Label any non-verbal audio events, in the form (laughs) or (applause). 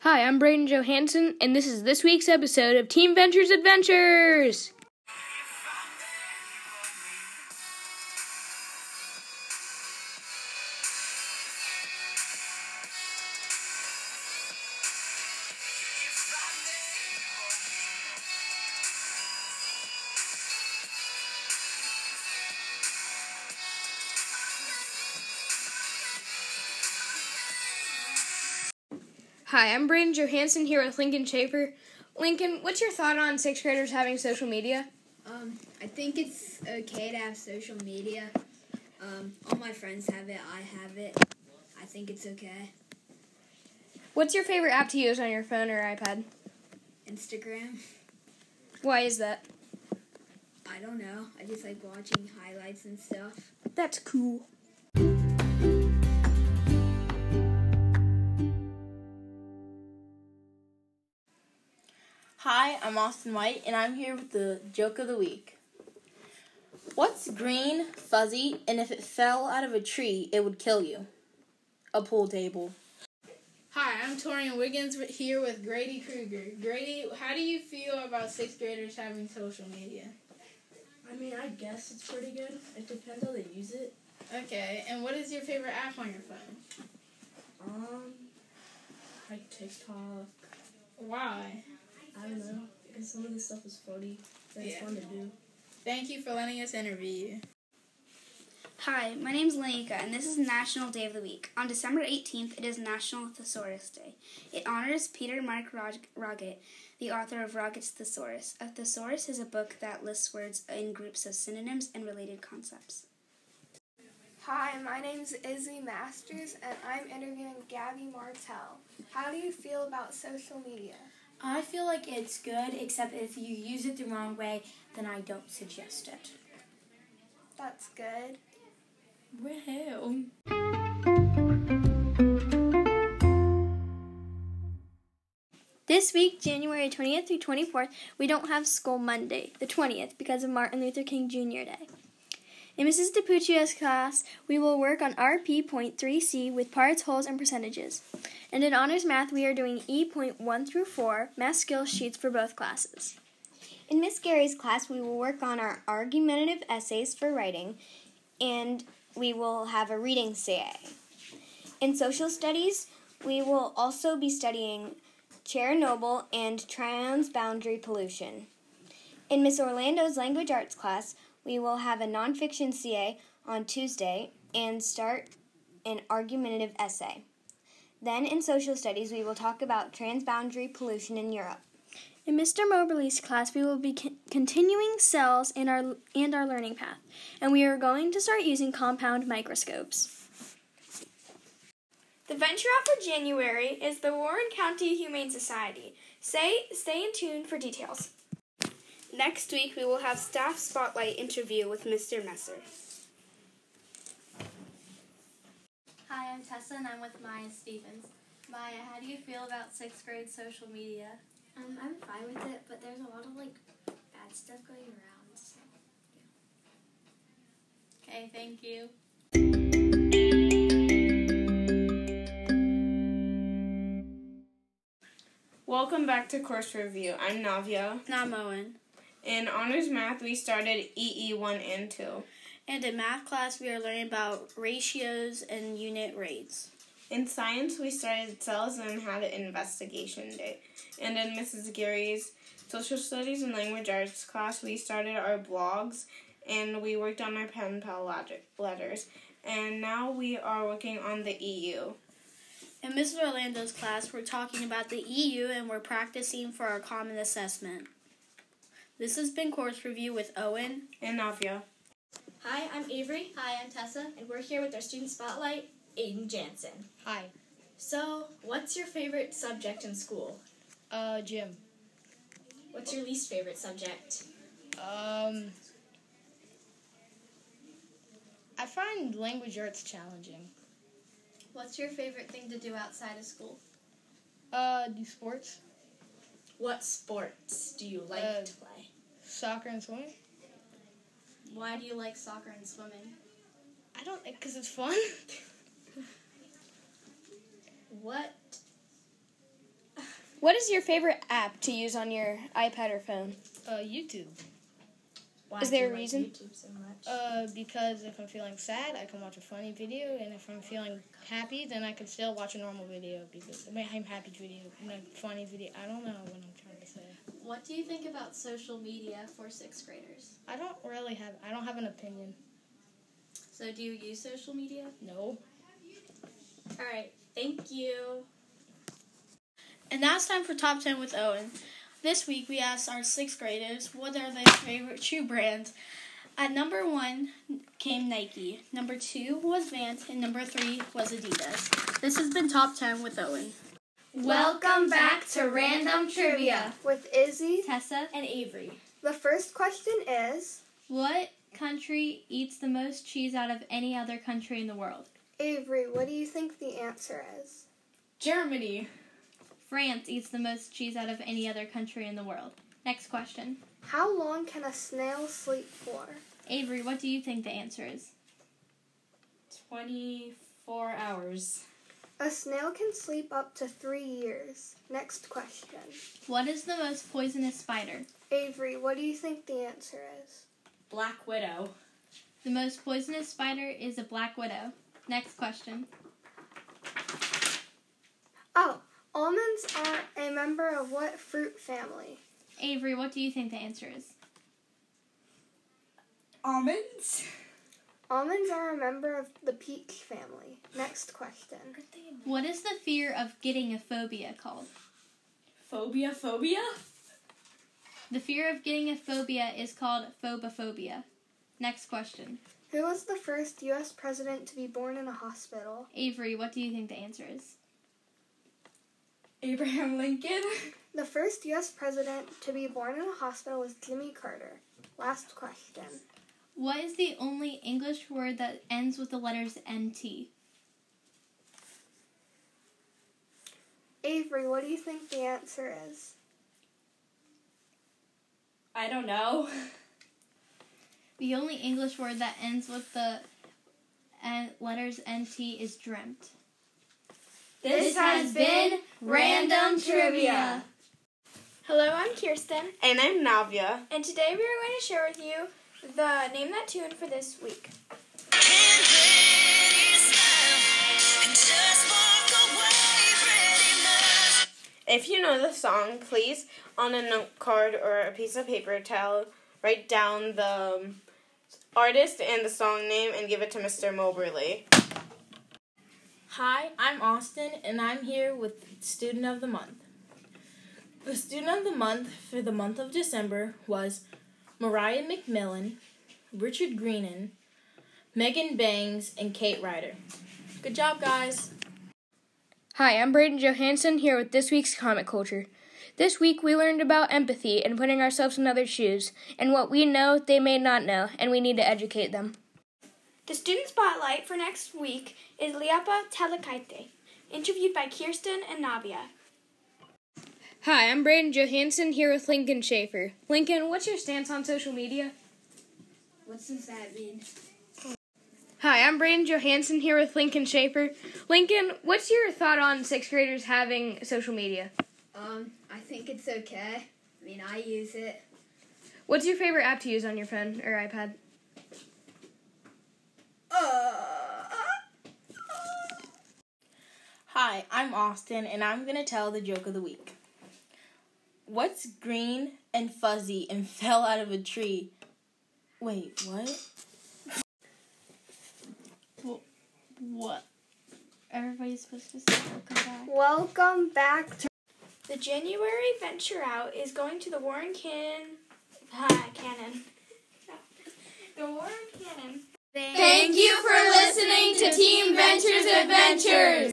Hi, I'm Braden Johansson, and this is this week's episode of Team Ventures Adventures. Hi, I'm Braden Johansson here with Lincoln Schaefer. Lincoln, what's your thought on sixth graders having social media? Um, I think it's okay to have social media. Um, all my friends have it. I have it. I think it's okay. What's your favorite app to use on your phone or iPad? Instagram. Why is that? I don't know. I just like watching highlights and stuff. That's cool. Hi, I'm Austin White, and I'm here with the joke of the week. What's green, fuzzy, and if it fell out of a tree, it would kill you? A pool table. Hi, I'm Torian Wiggins with- here with Grady Kruger. Grady, how do you feel about sixth graders having social media? I mean, I guess it's pretty good. It depends how they use it. Okay, and what is your favorite app on your phone? Um, like TikTok. Why? I don't know. Because some of this stuff is funny. That's Yeah. fun to do. Thank you for letting us interview you. Hi, my name is Lenika, and this is National Day of the Week. On December 18th, it is National Thesaurus Day. It honors Peter Mark Rog- Roget, the author of Roget's Thesaurus. A thesaurus is a book that lists words in groups of synonyms and related concepts. Hi, my name's Izzy Masters, and I'm interviewing Gabby Martell. How do you feel about social media? I feel like it's good, except if you use it the wrong way, then I don't suggest it. That's good. Woohoo! This week, January 20th through 24th, we don't have school Monday, the 20th, because of Martin Luther King Jr. Day. In Mrs. DiPuccio's class, we will work on RP.3C with parts, wholes, and percentages. And in honors math, we are doing E.1 through 4 math skill sheets for both classes. In Miss Gary's class, we will work on our argumentative essays for writing, and we will have a reading CA. In social studies, we will also be studying Chernobyl and Tryon's boundary pollution. In Miss Orlando's language arts class, we will have a nonfiction CA on Tuesday and start an argumentative essay. Then, in social studies, we will talk about transboundary pollution in Europe. In Mr. Moberly's class, we will be con- continuing cells and our, and our learning path, and we are going to start using compound microscopes. The venture out for January is the Warren County Humane Society. Say, stay in tune for details. Next week, we will have staff spotlight interview with Mr. Messer. Hi, I'm Tessa, and I'm with Maya Stevens. Maya, how do you feel about sixth grade social media? Um, I'm fine with it, but there's a lot of like bad stuff going around. Okay, thank you. Welcome back to course review. I'm Navia. Not Moen. In honors math, we started EE1 and 2. And in math class, we are learning about ratios and unit rates. In science, we started cells and had an investigation day. And in Mrs. Gary's social studies and language arts class, we started our blogs and we worked on our pen pal logic- letters. And now we are working on the E EU. In Miss Orlando's class, we're talking about the EU and we're practicing for our common assessment. This has been course review with Owen. And Navia. Hi, I'm Avery. Hi, I'm Tessa, and we're here with our student spotlight, Aiden Jansen. Hi. So, what's your favorite subject in school? Uh, Jim. What's your least favorite subject? Um, I find language arts challenging. What's your favorite thing to do outside of school? Uh, do sports, What sports do you like Uh, to play? soccer, and swimming. Why do you like soccer and swimming? I don't, because it's (laughs) fun. What What is your favorite app to use on your iPad or phone? Uh, YouTube. Why Is do there you a like reason? YouTube so much? Uh, because if I'm feeling sad, I can watch a funny video, and if I'm feeling happy, then I can still watch a normal video because I mean, I'm happy video, and a funny video. I don't know what I'm trying to say. What do you think about social media for sixth graders? I don't really have. I don't have an opinion. So, do you use social media? No. All right. Thank you. And now it's time for Top 10 with Owen. This week we asked our sixth graders what are their favorite shoe brands. At number one came Nike, number two was Vans, and number three was Adidas. This has been Top 10 with Owen. Welcome back to Random Trivia with Izzy, Tessa, and Avery. The first question is What country eats the most cheese out of any other country in the world? Avery, what do you think the answer is? Germany. France eats the most cheese out of any other country in the world. Next question. How long can a snail sleep for? Avery, what do you think the answer is? 24 hours. A snail can sleep up to three years. Next question. What is the most poisonous spider? Avery, what do you think the answer is? Black Widow. The most poisonous spider is a black widow. Next question. Oh, almonds are a member of what fruit family? Avery, what do you think the answer is? Almonds? Almonds are a member of the peach family. Next question. What is the fear of getting a phobia called? Phobia, phobia? The fear of getting a phobia is called phobophobia. Next question. Who was the first U.S. president to be born in a hospital? Avery, what do you think the answer is? Abraham Lincoln. The first U.S. president to be born in a hospital was Jimmy Carter. Last question. What is the only English word that ends with the letters MT? Avery, what do you think the answer is? I don't know. The only English word that ends with the en- letters NT is dreamt. This has been Random Trivia. Hello, I'm Kirsten. And I'm Navya. And today we are going to share with you the Name That Tune for this week. If you know the song, please, on a note card or a piece of paper, tell write down the um, artist and the song name and give it to Mr. Moberly. Hi, I'm Austin, and I'm here with Student of the Month. The Student of the Month for the month of December was Mariah McMillan, Richard Greenan, Megan Bangs, and Kate Ryder. Good job, guys. Hi, I'm Braden Johansson here with this week's Comic Culture. This week we learned about empathy and putting ourselves in others' shoes, and what we know they may not know, and we need to educate them. The student spotlight for next week is Liapa Telekaite, interviewed by Kirsten and Navia. Hi, I'm Braden Johansson here with Lincoln Schaefer. Lincoln, what's your stance on social media? What does that mean? Hi, I'm Braden Johansson here with Lincoln Schaefer. Lincoln, what's your thought on sixth graders having social media? Um, I think it's okay. I mean, I use it. What's your favorite app to use on your phone or iPad? Uh, Hi, I'm Austin, and I'm going to tell the joke of the week. What's green and fuzzy and (laughs) fell out of a tree? Wait, what? Wh- What? Everybody's supposed to say "Oh, welcome back. Welcome back to the January venture out is going to the Warren Cannon. (laughs) Ha, Cannon. the Warren Cannon. Thank you for listening to Team Ventures Adventures.